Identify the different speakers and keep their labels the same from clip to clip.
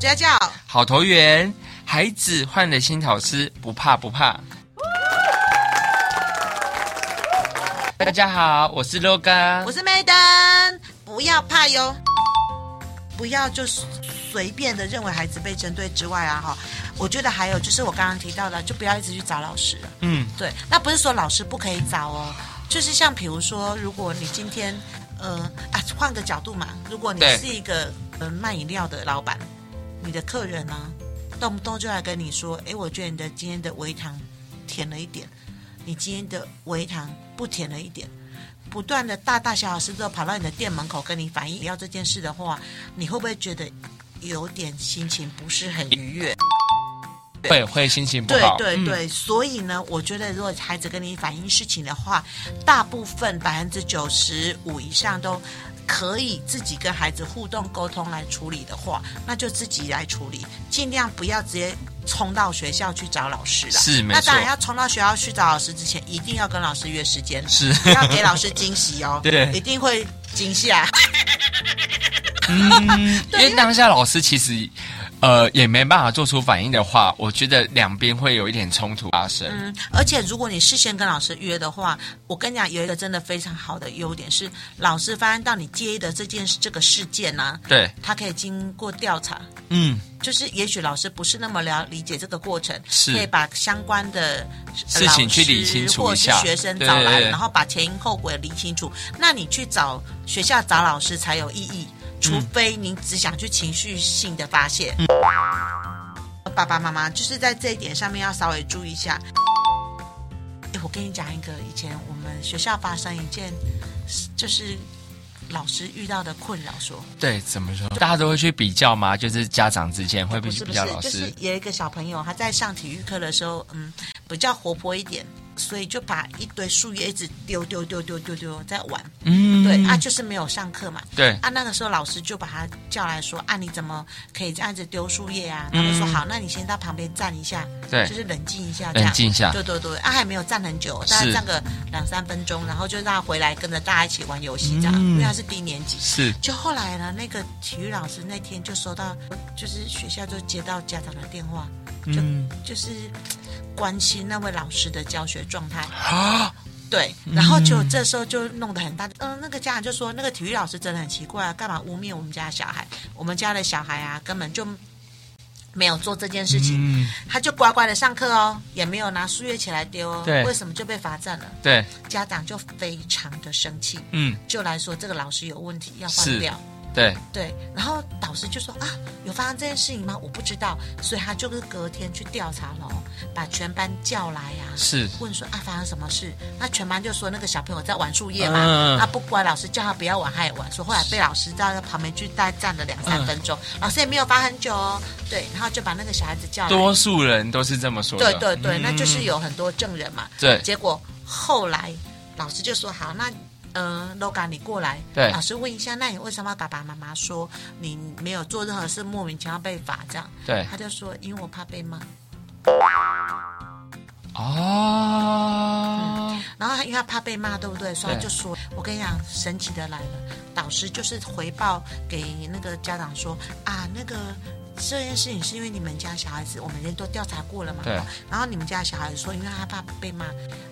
Speaker 1: 家教，
Speaker 2: 好投缘，孩子换了新老师，不怕不怕。大家好，我是 LOGA，
Speaker 1: 我是梅登，不要怕哟，不要就是随便的认为孩子被针对之外啊，哈，我觉得还有就是我刚刚提到的，就不要一直去找老师了。
Speaker 2: 嗯，
Speaker 1: 对，那不是说老师不可以找哦，就是像比如说，如果你今天，呃啊，换个角度嘛，如果你
Speaker 2: 对
Speaker 1: 是一个呃卖饮料的老板，你的客人呢、动不动就来跟你说，哎，我觉得你的今天的微糖甜了一点，你今天的微糖不甜了一点。不断的大大小小事都跑到你的店门口跟你反映要这件事的话，你会不会觉得有点心情不是很愉悦？
Speaker 2: 会会心情不
Speaker 1: 对
Speaker 2: 好，
Speaker 1: 对
Speaker 2: 嗯
Speaker 1: 对，所以呢，我觉得如果孩子跟你反映事情的话，大部分百分之九十五以上都可以自己跟孩子互动沟通来处理的话，那就自己来处理，尽量不要直接冲到学校去找老师了。
Speaker 2: 是没
Speaker 1: 那当
Speaker 2: 错
Speaker 1: 然要冲到学校去找老师之前，一定要跟老师约时间，
Speaker 2: 是
Speaker 1: 不要给老师惊喜哦，
Speaker 2: 对
Speaker 1: 一定会惊吓。
Speaker 2: 因为当下老师其实，呃，也没办法做出反应的话，我觉得两边会有一点冲突发生。
Speaker 1: 嗯，而且如果你事先跟老师约的话，我跟你讲，有一个真的非常好的优点是，老师发现到你介意的这件事这个事件呢、
Speaker 2: 对，
Speaker 1: 他可以经过调查，
Speaker 2: 嗯，
Speaker 1: 就是也许老师不是那么了理解这个过程，
Speaker 2: 是
Speaker 1: 可以把相关的呃
Speaker 2: 事情去理清楚一下
Speaker 1: 或者是学生找来，
Speaker 2: 对
Speaker 1: 然后把前因后果理清楚。那你去找学校找老师才有意义，除非你只想去情绪性的发泄。
Speaker 2: 嗯
Speaker 1: 爸爸妈妈就是在这一点上面要稍微注意一下。诶我跟你讲一个以前我们学校发生一件，就是老师遇到的困扰说。
Speaker 2: 对，怎么说？大家都会去比较吗？就是家长之间会
Speaker 1: 不
Speaker 2: 比
Speaker 1: 是不
Speaker 2: 比
Speaker 1: 是
Speaker 2: 较老，
Speaker 1: 就
Speaker 2: 师？
Speaker 1: 是有一个小朋友，他在上体育课的时候，嗯，比较活泼一点，所以就把一堆树叶一直丢丢丢丢丢丢在玩。
Speaker 2: 嗯，
Speaker 1: 对、啊，就是没有上课嘛。
Speaker 2: 对
Speaker 1: 啊，那个时候老师就把他叫来说：“啊，你怎么可以这样子丢树叶啊？”他就说：“
Speaker 2: 嗯
Speaker 1: 好，那你先到旁边站一下，
Speaker 2: 对
Speaker 1: 啊就是冷静一下，这样
Speaker 2: 冷静一下。
Speaker 1: 对对对，啊，还没有站很久，大概
Speaker 2: 是
Speaker 1: 站个两三分钟，然后就让他回来跟着大家一起玩游戏这样，
Speaker 2: 嗯
Speaker 1: 因为他是低年级。
Speaker 2: 是
Speaker 1: 就后来呢，那个体育老师那天就收到，就是学校就接到家长的电话，就、
Speaker 2: 嗯
Speaker 1: 就是关心那位老师的教学状态。
Speaker 2: 啊，
Speaker 1: 对，然后就这时候就弄得很大。嗯、那个家长就说，那个体育老师真的很奇怪啊，干嘛污蔑我们家的小孩？我们家的小孩啊，根本就没有做这件事情，
Speaker 2: 嗯，
Speaker 1: 他就乖乖的上课哦，也没有拿树叶起来丢哦。
Speaker 2: 对
Speaker 1: 为什么就被罚站了？
Speaker 2: 对，
Speaker 1: 家长就非常的生气，
Speaker 2: 嗯，
Speaker 1: 就来说这个老师有问题，要换
Speaker 2: 是
Speaker 1: 掉。
Speaker 2: 对，
Speaker 1: 对，然后导师就说啊，有发生这件事情吗？我不知道，所以他就是隔天去调查了，把全班叫来呀、
Speaker 2: 是
Speaker 1: 问说啊发生什么事？那全班就说那个小朋友在玩树叶嘛，啊
Speaker 2: 嗯嗯嗯
Speaker 1: 他不乖，老师叫他不要玩，他也玩，说后来被老师在旁边去大概站了两
Speaker 2: 嗯
Speaker 1: 三分钟，老师也没有罚很久哦，对，然后就把那个小孩子叫来，
Speaker 2: 多数人都是这么说的。
Speaker 1: 对对对，那就是
Speaker 2: 嗯
Speaker 1: 有很多证人嘛，
Speaker 2: 对
Speaker 1: 结果后来老师就说好，那呃，LOGA 你过来，
Speaker 2: 对
Speaker 1: 老师问一下，那你为什么要爸爸妈妈说你没有做任何事，莫名其妙被罚这样？
Speaker 2: 对
Speaker 1: 他就说因为我怕被骂，
Speaker 2: 哦，
Speaker 1: 然后他因为他怕被骂，对不对？所以他
Speaker 2: 对
Speaker 1: 就说，我跟你讲，神奇的来了，导师就是回报给那个家长说啊，那个。这件事情是因为你们家小孩子，我们人都调查过了嘛。
Speaker 2: 对
Speaker 1: 哦然后你们家小孩子说，因为他怕被骂，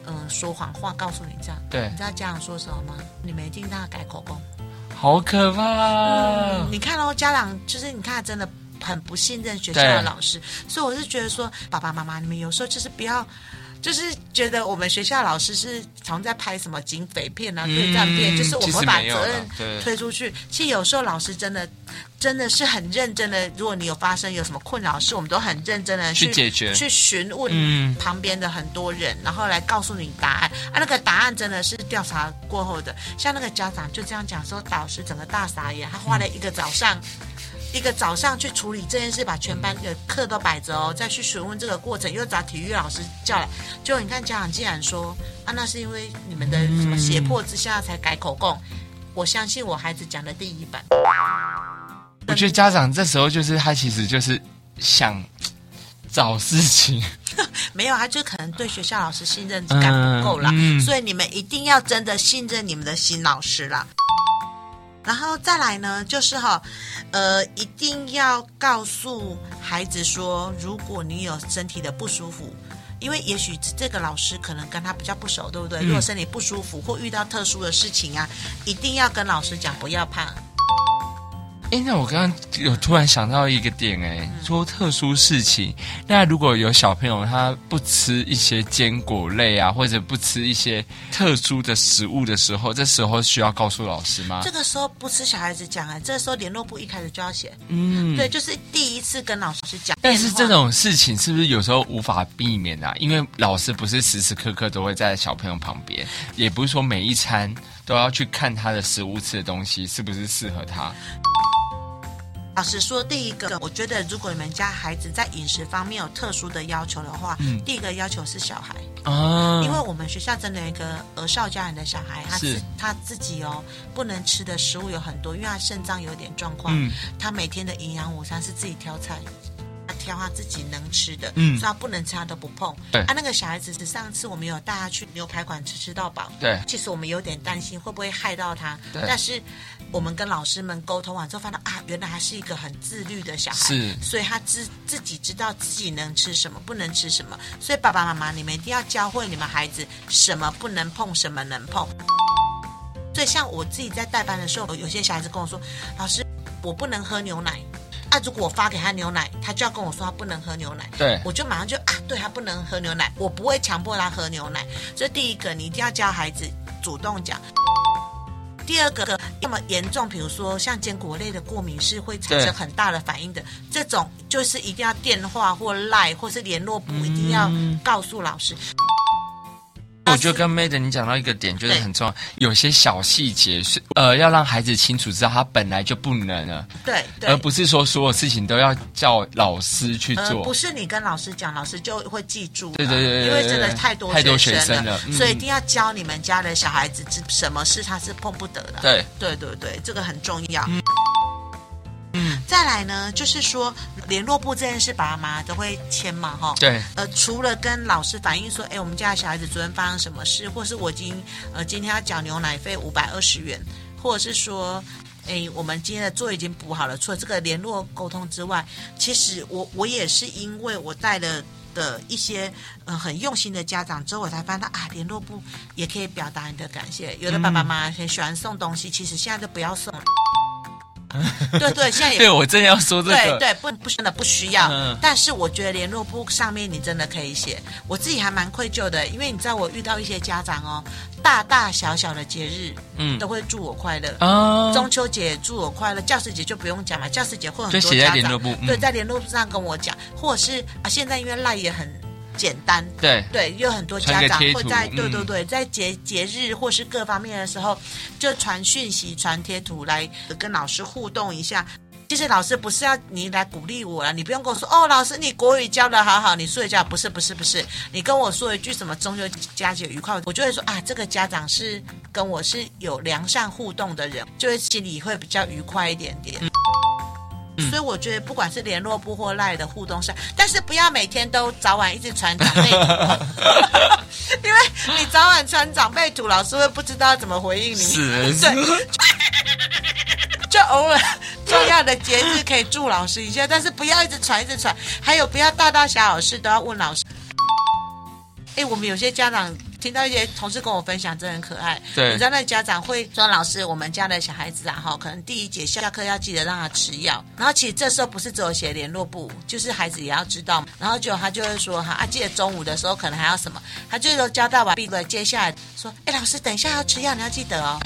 Speaker 1: 嗯、说谎话，告诉你这样。
Speaker 2: 对
Speaker 1: 你知道家长说什么吗？你们一定让他改口供。
Speaker 2: 好可怕哦、
Speaker 1: 你看哦，家长就是你看，真的很不信任学校的老师，所以我是觉得说，爸爸妈妈，你们有时候就是不要。就是觉得我们学校老师是常在拍什么警匪片啊、
Speaker 2: 嗯
Speaker 1: 对战片，就是我
Speaker 2: 其
Speaker 1: 们会
Speaker 2: 实
Speaker 1: 把
Speaker 2: 没有
Speaker 1: 责
Speaker 2: 啦对
Speaker 1: 任推出去。其实有时候老师真的真的是很认真的，如果你有发生有什么困扰的事，我们都很认真的
Speaker 2: 去解决
Speaker 1: 去询问
Speaker 2: 嗯
Speaker 1: 旁边的很多人，然后来告诉你答案。啊，那个答案真的是调查过后的，像那个家长就这样讲说，导师整个大傻眼，他花了一个早上。一个早上去处理这件事，把全班的课都摆着哦，再去询问这个过程，又找体育老师叫来。结果你看家长竟然说啊，那是因为你们的什么胁迫之下才改口供。我相信我孩子讲的第一版，
Speaker 2: 我觉得家长这时候就是他其实就是想找事情，
Speaker 1: 没有，他就可能对学校老师信任感不够啦，
Speaker 2: 嗯嗯
Speaker 1: 所以你们一定要真的信任你们的新老师啦。然后再来呢，就是哈、呃，一定要告诉孩子说，如果你有身体的不舒服。因为也许这个老师可能跟他比较不熟，对不
Speaker 2: 嗯
Speaker 1: 对？如果身体不舒服或遇到特殊的事情啊，一定要跟老师讲，不要怕。
Speaker 2: 哎，那我刚刚有突然想到一个点，哎，
Speaker 1: 嗯
Speaker 2: 说特殊事情，那如果有小朋友他不吃一些坚果类啊，或者不吃一些特殊的食物的时候，这时候需要告诉老师吗
Speaker 1: 这？个时候不是小孩子讲哎，这个时候联络部一开始就要写，
Speaker 2: 嗯，
Speaker 1: 对，就是第一次跟老师讲。
Speaker 2: 但是
Speaker 1: 电话
Speaker 2: 这种事情是不是有时候无法避免啊？因为老师不是时时刻刻都会在小朋友旁边，也不是说每一餐都要去看他的食物吃的东西是不是适合他。
Speaker 1: 老实说，第一个，我觉得如果你们家孩子在饮食方面有特殊的要求的话，
Speaker 2: 嗯
Speaker 1: 第一个要求是小孩，
Speaker 2: 啊，
Speaker 1: 因为我们学校真的有一个儿少家人的小孩，他
Speaker 2: 是
Speaker 1: 自他自己哦不能吃的食物有很多，因为他肾脏有点状况，
Speaker 2: 嗯
Speaker 1: 他每天的营养午餐是自己挑菜。他挑他自己能吃的，
Speaker 2: 嗯
Speaker 1: 所以他不能吃他都不碰。
Speaker 2: 对
Speaker 1: 啊，那个小孩子，上次我们有带他去牛排馆吃吃到饱，
Speaker 2: 对
Speaker 1: 其实我们有点担心会不会害到他，
Speaker 2: 对
Speaker 1: 但是我们跟老师们沟通完之后，发现啊，原来他是一个很自律的小孩，
Speaker 2: 是
Speaker 1: 所以他自自己知道自己能吃什么，不能吃什么。所以爸爸妈妈，你们一定要教会你们孩子什么不能碰，什么能碰。所以像我自己在代班的时候，有些小孩子跟我说，老师，我不能喝牛奶。啊！如果我发给他牛奶，他就要跟我说他不能喝牛奶。
Speaker 2: 对
Speaker 1: 我就马上就啊，对他不能喝牛奶，我不会强迫他喝牛奶。所以第一个，你一定要教孩子主动讲。第二个，要么严重，比如说像坚果类的过敏是会产
Speaker 2: 对
Speaker 1: 生很大的反应的，这种就是一定要电话或赖或是联络部一定要
Speaker 2: 嗯
Speaker 1: 告诉老师。
Speaker 2: 我觉得跟 Maiden 你讲到一个点，就是
Speaker 1: 对
Speaker 2: 很重要，有些小细节是呃，要让孩子清楚知道他本来就不能了，
Speaker 1: 对对
Speaker 2: 而，不是说所有事情都要叫老师去
Speaker 1: 呃，
Speaker 2: 做。
Speaker 1: 不是你跟老师讲，老师就会记住了。
Speaker 2: 对对对对
Speaker 1: 因为真
Speaker 2: 对
Speaker 1: 的
Speaker 2: 对
Speaker 1: 太多
Speaker 2: 太多学
Speaker 1: 生
Speaker 2: 生了嗯
Speaker 1: 所以一定要教你们家的小孩子知什么事他是碰不得的。
Speaker 2: 对，
Speaker 1: 对对对，这个很重要。嗯，再来呢，就是说联络部这件事，爸爸妈妈都会签嘛，哈。
Speaker 2: 对，
Speaker 1: 呃，除了跟老师反映说，哎，我们家的小孩子昨天发生什么事，或是我已经呃今天要缴牛奶费五百二十元，或者是说，哎，我们今天的作业已经补好了，除了这个联络沟通之外，其实我我也是因为我带了。的一些呃很用心的家长之后，我才发现到啊，联络部也可以表达你的感谢。有的爸爸妈妈很喜欢送东西，其实现在都不要送了。对对，现在也
Speaker 2: 对我真的要说这
Speaker 1: 对
Speaker 2: 个，
Speaker 1: 对，不不真的不需要。
Speaker 2: 嗯
Speaker 1: 但是我觉得联络簿上面你真的可以写，我自己还蛮愧疚的，因为你知道我遇到一些家长哦，大大小小的节日，
Speaker 2: 嗯
Speaker 1: 都会祝我快乐。
Speaker 2: 啊，
Speaker 1: 中秋节祝我快乐，教师节就不用讲嘛，教师节会有很
Speaker 2: 就
Speaker 1: 多
Speaker 2: 写在
Speaker 1: 家
Speaker 2: 联
Speaker 1: 长
Speaker 2: 络簿嗯
Speaker 1: 对，在联络簿上跟我讲，或者是啊，现在因为赖也很简单，
Speaker 2: 对
Speaker 1: 对，有很多
Speaker 2: 传
Speaker 1: 家
Speaker 2: 个
Speaker 1: 长
Speaker 2: 贴
Speaker 1: 会
Speaker 2: 图
Speaker 1: 在对
Speaker 2: 嗯
Speaker 1: 对对，在节节日或是各方面的时候，就传讯息、传贴图来跟老师互动一下。其实老师不是要你来鼓励我了，你不用跟我说哦，老师你国语教的好好，你说一下不是不是不是，你跟我说一句什么中秋佳节愉快，我就会说啊，这个家长是跟我是有良善互动的人，就会心里会比较愉快一点点。所以我觉得不管是联络部或赖的互动上，但是不要每天都早晚一直传长辈图，因为你早晚传长辈图，老师会不知道怎么回应你。
Speaker 2: 是是
Speaker 1: 对， 就偶尔重要的节日可以祝老师一下，但是不要一直传一直传，还有不要大大小小事都要问老师。哎，我们有些家长听到一些同事跟我分享，真的很可爱。
Speaker 2: 对
Speaker 1: 你知道那家长会说：“老师，我们家的小孩子啊，哈，可能第一节下课要记得让他吃药。”然后其实这时候不是只有写联络簿，就是孩子也要知道。然后就他就会说：“哈，啊，记得中午的时候可能还要什么。”他就说交代完毕了，接下来说：“哎，老师，等一下要吃药，你要记得哦。”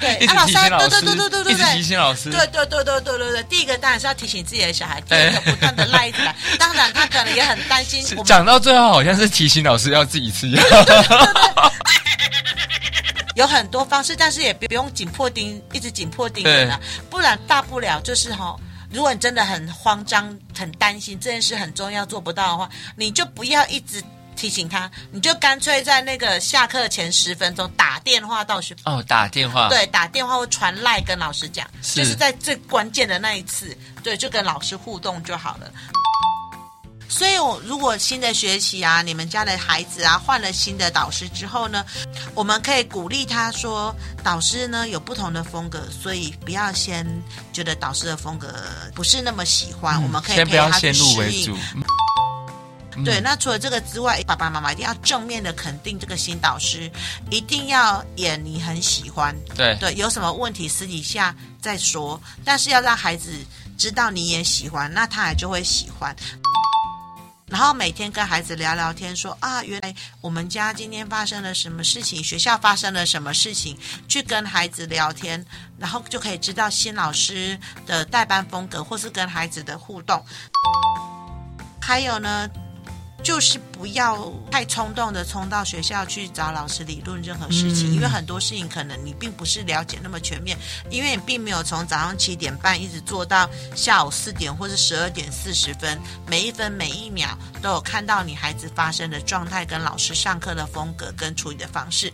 Speaker 1: 对
Speaker 2: 一直
Speaker 1: 啊
Speaker 2: 提醒老
Speaker 1: 老
Speaker 2: 师，
Speaker 1: 师对对对对对对
Speaker 2: 一直提醒老师，
Speaker 1: 对对对对对对对，第一个当然是要提醒自己的小孩，第二个不断的赖着来。当然，他可能也很担心
Speaker 2: 哎是
Speaker 1: 我们
Speaker 2: 讲到最后好像是提醒老师要自己吃药，
Speaker 1: 有很多方式，但是也不用紧迫盯，一直紧迫盯着啦，不然大不了就是哈、如果你真的很慌张、很担心这件事很重要做不到的话，你就不要一直提醒他，你就干脆在那个下课前十分钟打电话到学
Speaker 2: 哦，打电话，
Speaker 1: 对，打电话或传赖跟老师讲，
Speaker 2: 是
Speaker 1: 就是在最关键的那一次，对，就跟老师互动就好了。所以我如果新的学期啊，你们家的孩子啊换了新的导师之后呢，我们可以鼓励他说，导师呢有不同的风格，所以不要先觉得导师的风格不是那么喜欢，我们可以
Speaker 2: 嗯先不
Speaker 1: 陪
Speaker 2: 要
Speaker 1: 他去
Speaker 2: 先入
Speaker 1: 适
Speaker 2: 为
Speaker 1: 应
Speaker 2: 主。嗯
Speaker 1: 对，那除了这个之外，爸爸妈妈一定要正面的肯定这个新导师，一定要演你很喜欢。
Speaker 2: 对
Speaker 1: 对，有什么问题私底下再说，但是要让孩子知道你也喜欢，那他也就会喜欢。然后每天跟孩子聊聊天说，啊，原来我们家今天发生了什么事情，学校发生了什么事情，去跟孩子聊天，然后就可以知道新老师的代班风格，或是跟孩子的互动。还有呢，就是不要太冲动的冲到学校去找老师理论任何事情，
Speaker 2: 嗯
Speaker 1: 因为很多事情可能你并不是了解那么全面，因为你并没有从早上七点半一直做到下午四点或是十二点四十分，每一分每一秒都有看到你孩子发生的状态、跟老师上课的风格跟处理的方式，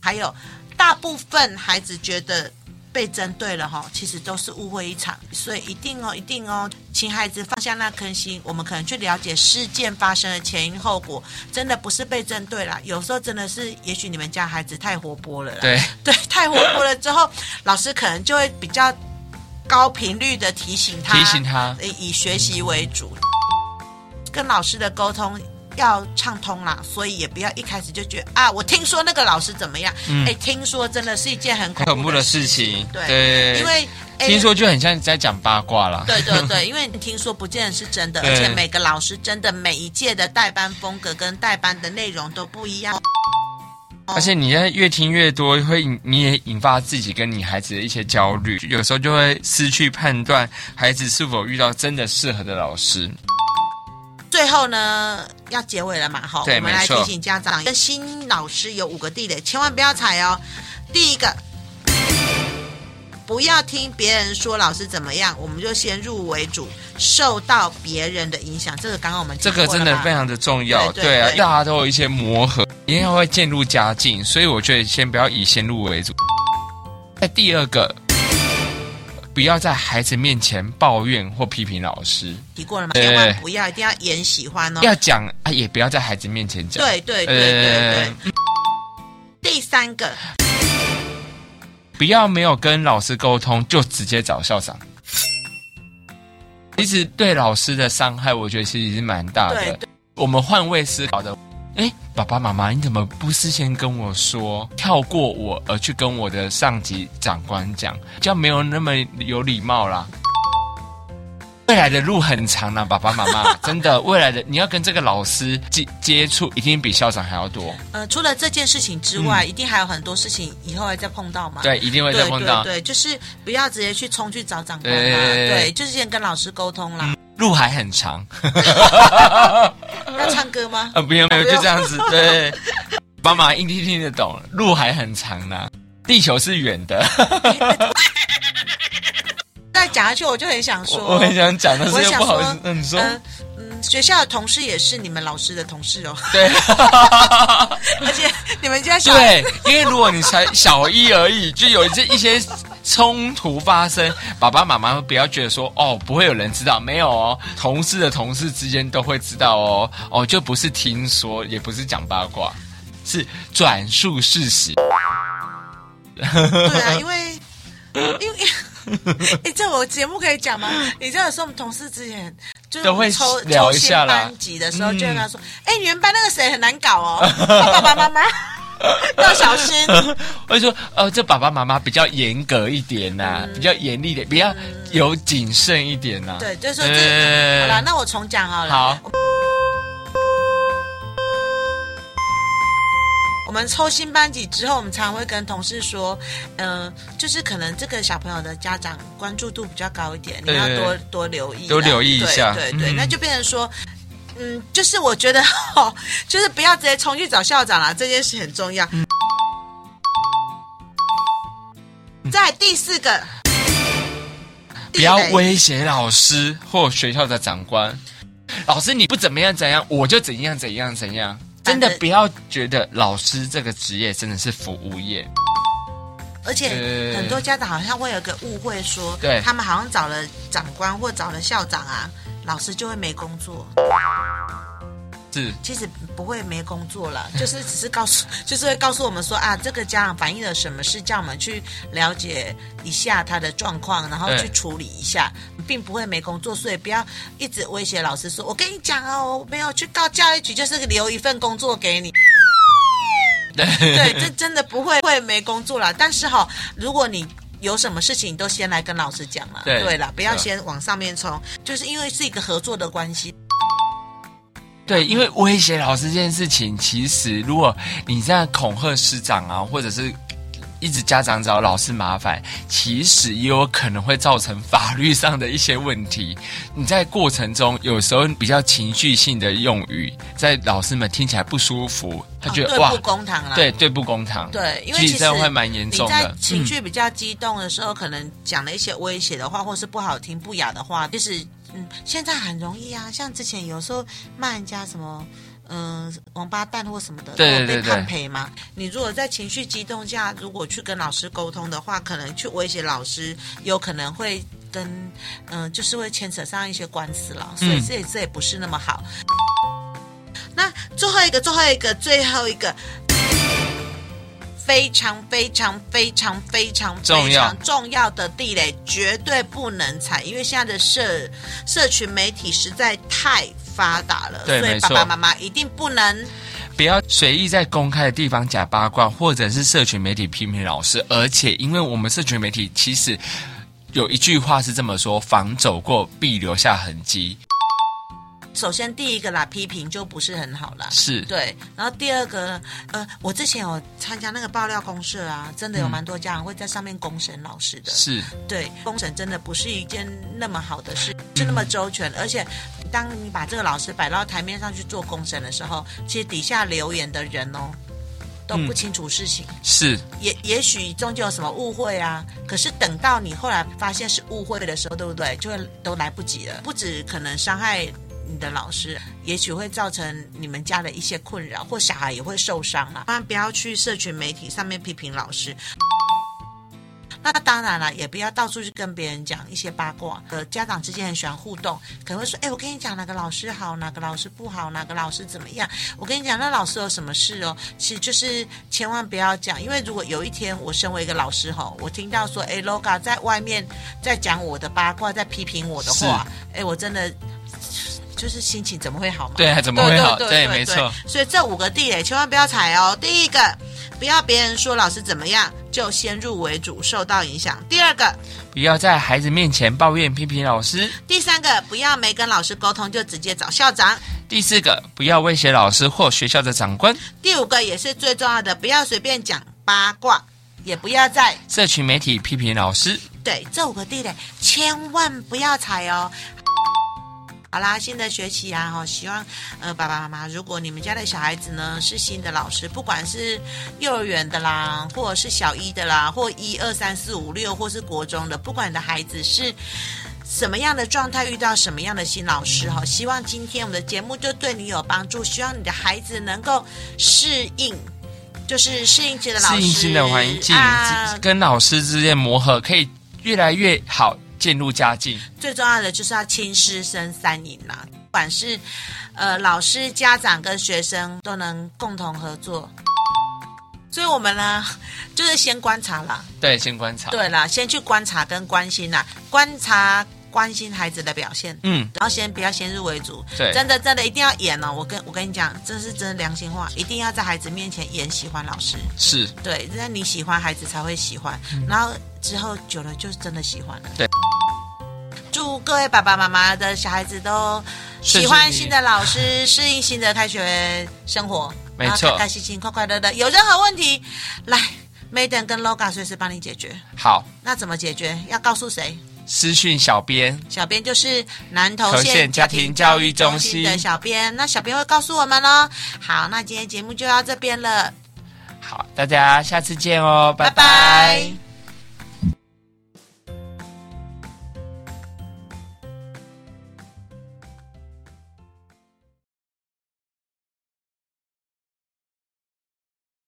Speaker 1: 还有大部分孩子觉得被针对了哈，其实都是误会一场，所以一定哦，一定哦，请孩子放下那颗心，我们可能去了解事件发生的前因后果，真的不是被针对啦，有时候真的是，也许你们家孩子太活泼了啦，
Speaker 2: 对，
Speaker 1: 对，太活泼了之后，老师可能就会比较高频率的提醒他，
Speaker 2: 提醒他
Speaker 1: 呃以学习为主，跟老师的沟通。要畅通啦，所以也不要一开始就觉得啊，我听说那个老师怎么样？哎、
Speaker 2: 嗯
Speaker 1: 听说真的是一件很
Speaker 2: 很
Speaker 1: 恐
Speaker 2: 恐
Speaker 1: 怖
Speaker 2: 怖
Speaker 1: 的
Speaker 2: 的
Speaker 1: 事
Speaker 2: 事情，
Speaker 1: 对
Speaker 2: 对，
Speaker 1: 因为、哎
Speaker 2: 听说就很像在讲八卦啦。
Speaker 1: 对对对，因为你听说不见得是真 的，
Speaker 2: 对
Speaker 1: 而且每个老师真的每一届的代班风格跟代班的内容都不一样。
Speaker 2: 而且你现在越听越多，会引你也引发自己跟你孩子的一些焦虑，有时候就会失去判断孩子是否遇到真的适合的老师。
Speaker 1: 最后呢，要结尾了嘛，哈，
Speaker 2: 对
Speaker 1: 我们来
Speaker 2: 没错
Speaker 1: 提醒家长，跟新老师有五个地雷，千万不要踩哦。第一个，不要听别人说老师怎么样，我们就先入为主，受到别人的影响。这个刚刚我们
Speaker 2: 这个
Speaker 1: 提过了
Speaker 2: 真的
Speaker 1: 嘛
Speaker 2: 非常的重要，
Speaker 1: 对对
Speaker 2: 啊，
Speaker 1: 对
Speaker 2: 大家都有一些磨合，一定会渐入佳境，所以我觉得先不要以先入为主。那第二个，不要在孩子面前抱怨或批评老师，
Speaker 1: 提过了嘛，
Speaker 2: 对
Speaker 1: 千万不要，一定要演喜欢哦。
Speaker 2: 要讲啊，也不要在孩子面前讲。
Speaker 1: 对对对对对
Speaker 2: 呃。，
Speaker 1: 第三个，
Speaker 2: 不要没有跟老师沟通就直接找校长。其实对老师的伤害，我觉得其实是蛮大
Speaker 1: 对
Speaker 2: 的。我们换位思考的，哎，爸爸妈妈，你怎么不事先跟我说，跳过我而去跟我的上级长官讲，这样没有那么有礼貌啦。未来的路很长啊啦，爸爸妈 妈，真的，未来的你要跟这个老师接接触，一定比校长还要多。
Speaker 1: 呃，除了这件事情之外，一定还有很多事情以后还再碰到嘛。
Speaker 2: 对，一定会再
Speaker 1: 对
Speaker 2: 碰到。哎
Speaker 1: 对对，就是不要直接去冲去找长官啦，
Speaker 2: 对对对对
Speaker 1: 对，就是先跟老师沟通啦。
Speaker 2: 路还很长。
Speaker 1: 要唱歌吗？
Speaker 2: 啊，不用不用，就这样子，对，妈妈一定听得懂，路还很长呢、地球是圆的，
Speaker 1: 再讲下去，我就很想说，
Speaker 2: 我我很想讲，但
Speaker 1: 我
Speaker 2: 是又
Speaker 1: 想
Speaker 2: 不好意
Speaker 1: 说
Speaker 2: 思。嗯，你说，
Speaker 1: 嗯嗯，学校的同事也是你们老师的同事 哦，
Speaker 2: 对
Speaker 1: 而且你们家小
Speaker 2: 对，啊因为如果你才小一而已，就有这一些冲突发生，爸爸妈妈不要觉得说哦，不会有人知道，没有哦，同事的同事之间都会知道哦，哦，就不是听说，也不是讲八卦，是转述事实。
Speaker 1: 对啊，因为因为。 哎，这我节目可以讲吗？你知道有时候我们同事之前就是
Speaker 2: 都会
Speaker 1: 抽
Speaker 2: 聊一下啦
Speaker 1: 抽
Speaker 2: 嗯
Speaker 1: 新班级的时候就会跟他说：“哎、你们班那个谁很难搞哦，爸爸妈妈 要小心。
Speaker 2: 我就说，呃，这爸爸妈妈比较严格一点呐、比较严厉一点，比较有谨慎一点呐、”
Speaker 1: 嗯对，就是说这、
Speaker 2: 呃
Speaker 1: 好了，那我重讲好了。
Speaker 2: 好，
Speaker 1: 我们抽新班级之后，我们常会跟同事说，嗯、就是可能这个小朋友的家长关注度比较高一点，你
Speaker 2: 对
Speaker 1: 要
Speaker 2: 对
Speaker 1: 多多留意啦，
Speaker 2: 多留意一下
Speaker 1: 对对对，
Speaker 2: 嗯
Speaker 1: 那就变成说。嗯，就是我觉得 哦，就是不要直接冲去找校长啦，这件事很重要。
Speaker 2: 嗯
Speaker 1: 在第四个，
Speaker 2: 不要
Speaker 1: 地雷
Speaker 2: 威胁老师或学校的长官。老师你不怎么样怎样，我就怎样怎样怎样。真的
Speaker 1: 反正
Speaker 2: 不要觉得老师这个职业真的是服务业，
Speaker 1: 而且
Speaker 2: 呃
Speaker 1: 很多家长好像会有个误会说，
Speaker 2: 对
Speaker 1: 他们好像找了长官或找了校长啊，老师就会没工作。
Speaker 2: 是
Speaker 1: 其实不会没工作 了，就是只是告诉，就是会告诉我们说啊，这个家长反映了什么事，叫我们去了解一下他的状况，然后
Speaker 2: 对
Speaker 1: 去处理一下，并不会没工作，所以不要一直威胁老师说，我跟你讲哦，我没有去告教育局，就是留一份工作给你。对，这真的不会会没工作啦。但是哈、如果你有什么事情，你都先来跟老师讲啦。
Speaker 2: 对啊
Speaker 1: 啦，不要
Speaker 2: 对
Speaker 1: 先往上面冲，就是因为是一个合作的关系。
Speaker 2: 对，因为威胁老师这件事情，其实如果你这样恐吓师长啊，或者是一直家长找老师麻烦，其实也有可能会造成法律上的一些问题。你在过程中有时候比较情绪性的用语，在老师们听起来不舒服，他
Speaker 1: 哦
Speaker 2: 觉得、
Speaker 1: 对
Speaker 2: 哇
Speaker 1: 不，公堂啦。
Speaker 2: 对对簿公堂，
Speaker 1: 对，因为
Speaker 2: 其
Speaker 1: 其
Speaker 2: 实
Speaker 1: 实
Speaker 2: 这样会蛮严重
Speaker 1: 你在
Speaker 2: 的。
Speaker 1: 情绪比较激动的时候，可能讲了一些威胁的话，或是不好听、不雅的话，就是嗯，现在很容易啊。像之前有时候骂人家什么。嗯，王八蛋或什么的，
Speaker 2: 对
Speaker 1: 都有
Speaker 2: 对
Speaker 1: 被
Speaker 2: 对对
Speaker 1: 判赔嘛。你如果在情绪激动下，如果去跟老师沟通的话，可能去威胁老师，有可能会跟嗯、就是会牵扯上一些官司了。所以
Speaker 2: 嗯
Speaker 1: 这也、这也不是那么好。那最后一个，最后一个，最后一个，非常非常非常非常
Speaker 2: 重
Speaker 1: 非
Speaker 2: 要
Speaker 1: 常重要的地雷，绝对不能踩，因为现在的社社群媒体实在太发达了，
Speaker 2: 对
Speaker 1: 所以
Speaker 2: 没
Speaker 1: 爸
Speaker 2: 错
Speaker 1: 爸妈妈一定不能。
Speaker 2: 不要随意在公开的地方假八卦，或者是社群媒体批评老师。而且，因为我们社群媒体其实有一句话是这么说：“防走过，必留下痕迹。
Speaker 1: 首先第一个啦，批评就不是很好啦”。
Speaker 2: 是，
Speaker 1: 对，然后第二个呢，呃，我之前有参加那个爆料公社啊，真的有蛮多家长会在上面公审老师的。
Speaker 2: 是，
Speaker 1: 对，公审真的不是一件那么好的事，是那么周全。而且，当你把这个老师摆到台面上去做公审的时候，其实底下留言的人哦，都不清楚事情，
Speaker 2: 是，
Speaker 1: 也也许中间有什么误会啊。可是等到你后来发现是误会的时候，对不对？就会都来不及了，不止可能伤害。你的老师也许会造成你们家的一些困扰，或小孩也会受伤啊。千万不要去社群媒体上面批评老师，那当然了，也不要到处去跟别人讲一些八卦。呃，家长之间很喜欢互动，可能会说：“哎，我跟你讲哪个老师好，哪个老师不好，哪个老师怎么样。”我跟你讲，那老师有什么事哦？其实就是千万不要讲，因为如果有一天我身为一个老师吼，我听到说：“哎，LOGA 在外面在讲我的八卦，在批评我的话，哎，我真的就是心情怎么会好嘛？”
Speaker 2: 对，怎么会好？
Speaker 1: 对
Speaker 2: 没错，。
Speaker 1: 所以这五个地雷千万不要踩哦。第一个，不要别人说老师怎么样就先入为主，受到影响；第二个，
Speaker 2: 不要在孩子面前抱怨批评老师。
Speaker 1: 第三个，不要没跟老师沟通就直接找校长；
Speaker 2: 第四个，不要威胁老师或学校的长官。
Speaker 1: 第五个也是最重要的，不要随便讲八卦，也不要在
Speaker 2: 社群媒体批评老师。
Speaker 1: 对这五个地雷千万不要踩哦。 好啦，新的学期啊，哈，希望呃爸爸妈妈，如果你们家的小孩子呢是新的老师，不管是幼儿园的啦，或者是小一的啦，或一二三四五六，或是国中的，不管你的孩子是什么样的状态，遇到什么样的新老师，哈，希望今天我们的节目就对你有帮助，希望你的孩子能够适应。就是适应新的老师，
Speaker 2: 适应新的环境，
Speaker 1: 啊、
Speaker 2: 跟老师之间磨合，可以越来越好，渐入佳境。
Speaker 1: 最重要的就是要亲师生三赢啦、不管是呃老师、家长跟学生都能共同合作。所以我们呢，就是先观察啦，
Speaker 2: 对，先观察。，
Speaker 1: 对啦，先去观察跟关心啦，观察关心孩子的表现。
Speaker 2: 嗯，
Speaker 1: 然后先不要先入为主，
Speaker 2: 对
Speaker 1: 真的真的一定要演哦！我跟我跟你讲，这是真的良心话，一定要在孩子面前演喜欢老师，
Speaker 2: 是。
Speaker 1: 对，那你喜欢孩子才会喜欢，然后之后久了就真的喜欢了。
Speaker 2: 对，
Speaker 1: 祝各位爸爸妈妈的小孩子都
Speaker 2: 顺顺
Speaker 1: 喜
Speaker 2: 利
Speaker 1: 欢新的老师，适应新的开学生活，
Speaker 2: 没
Speaker 1: 然后
Speaker 2: 错
Speaker 1: 开开心心、快快乐乐。有任何问题，来 Maiden 跟 Loga 随时帮你解决。
Speaker 2: 好，
Speaker 1: 那怎么解决？要告诉谁？
Speaker 2: 私讯小编，
Speaker 1: 小编就是南投
Speaker 2: 投
Speaker 1: 县
Speaker 2: 县家庭教育中心
Speaker 1: 的小编，那小编会告诉我们哦。好，那今天节目就到这边了，
Speaker 2: 好，大家下次见哦，拜
Speaker 1: 拜拜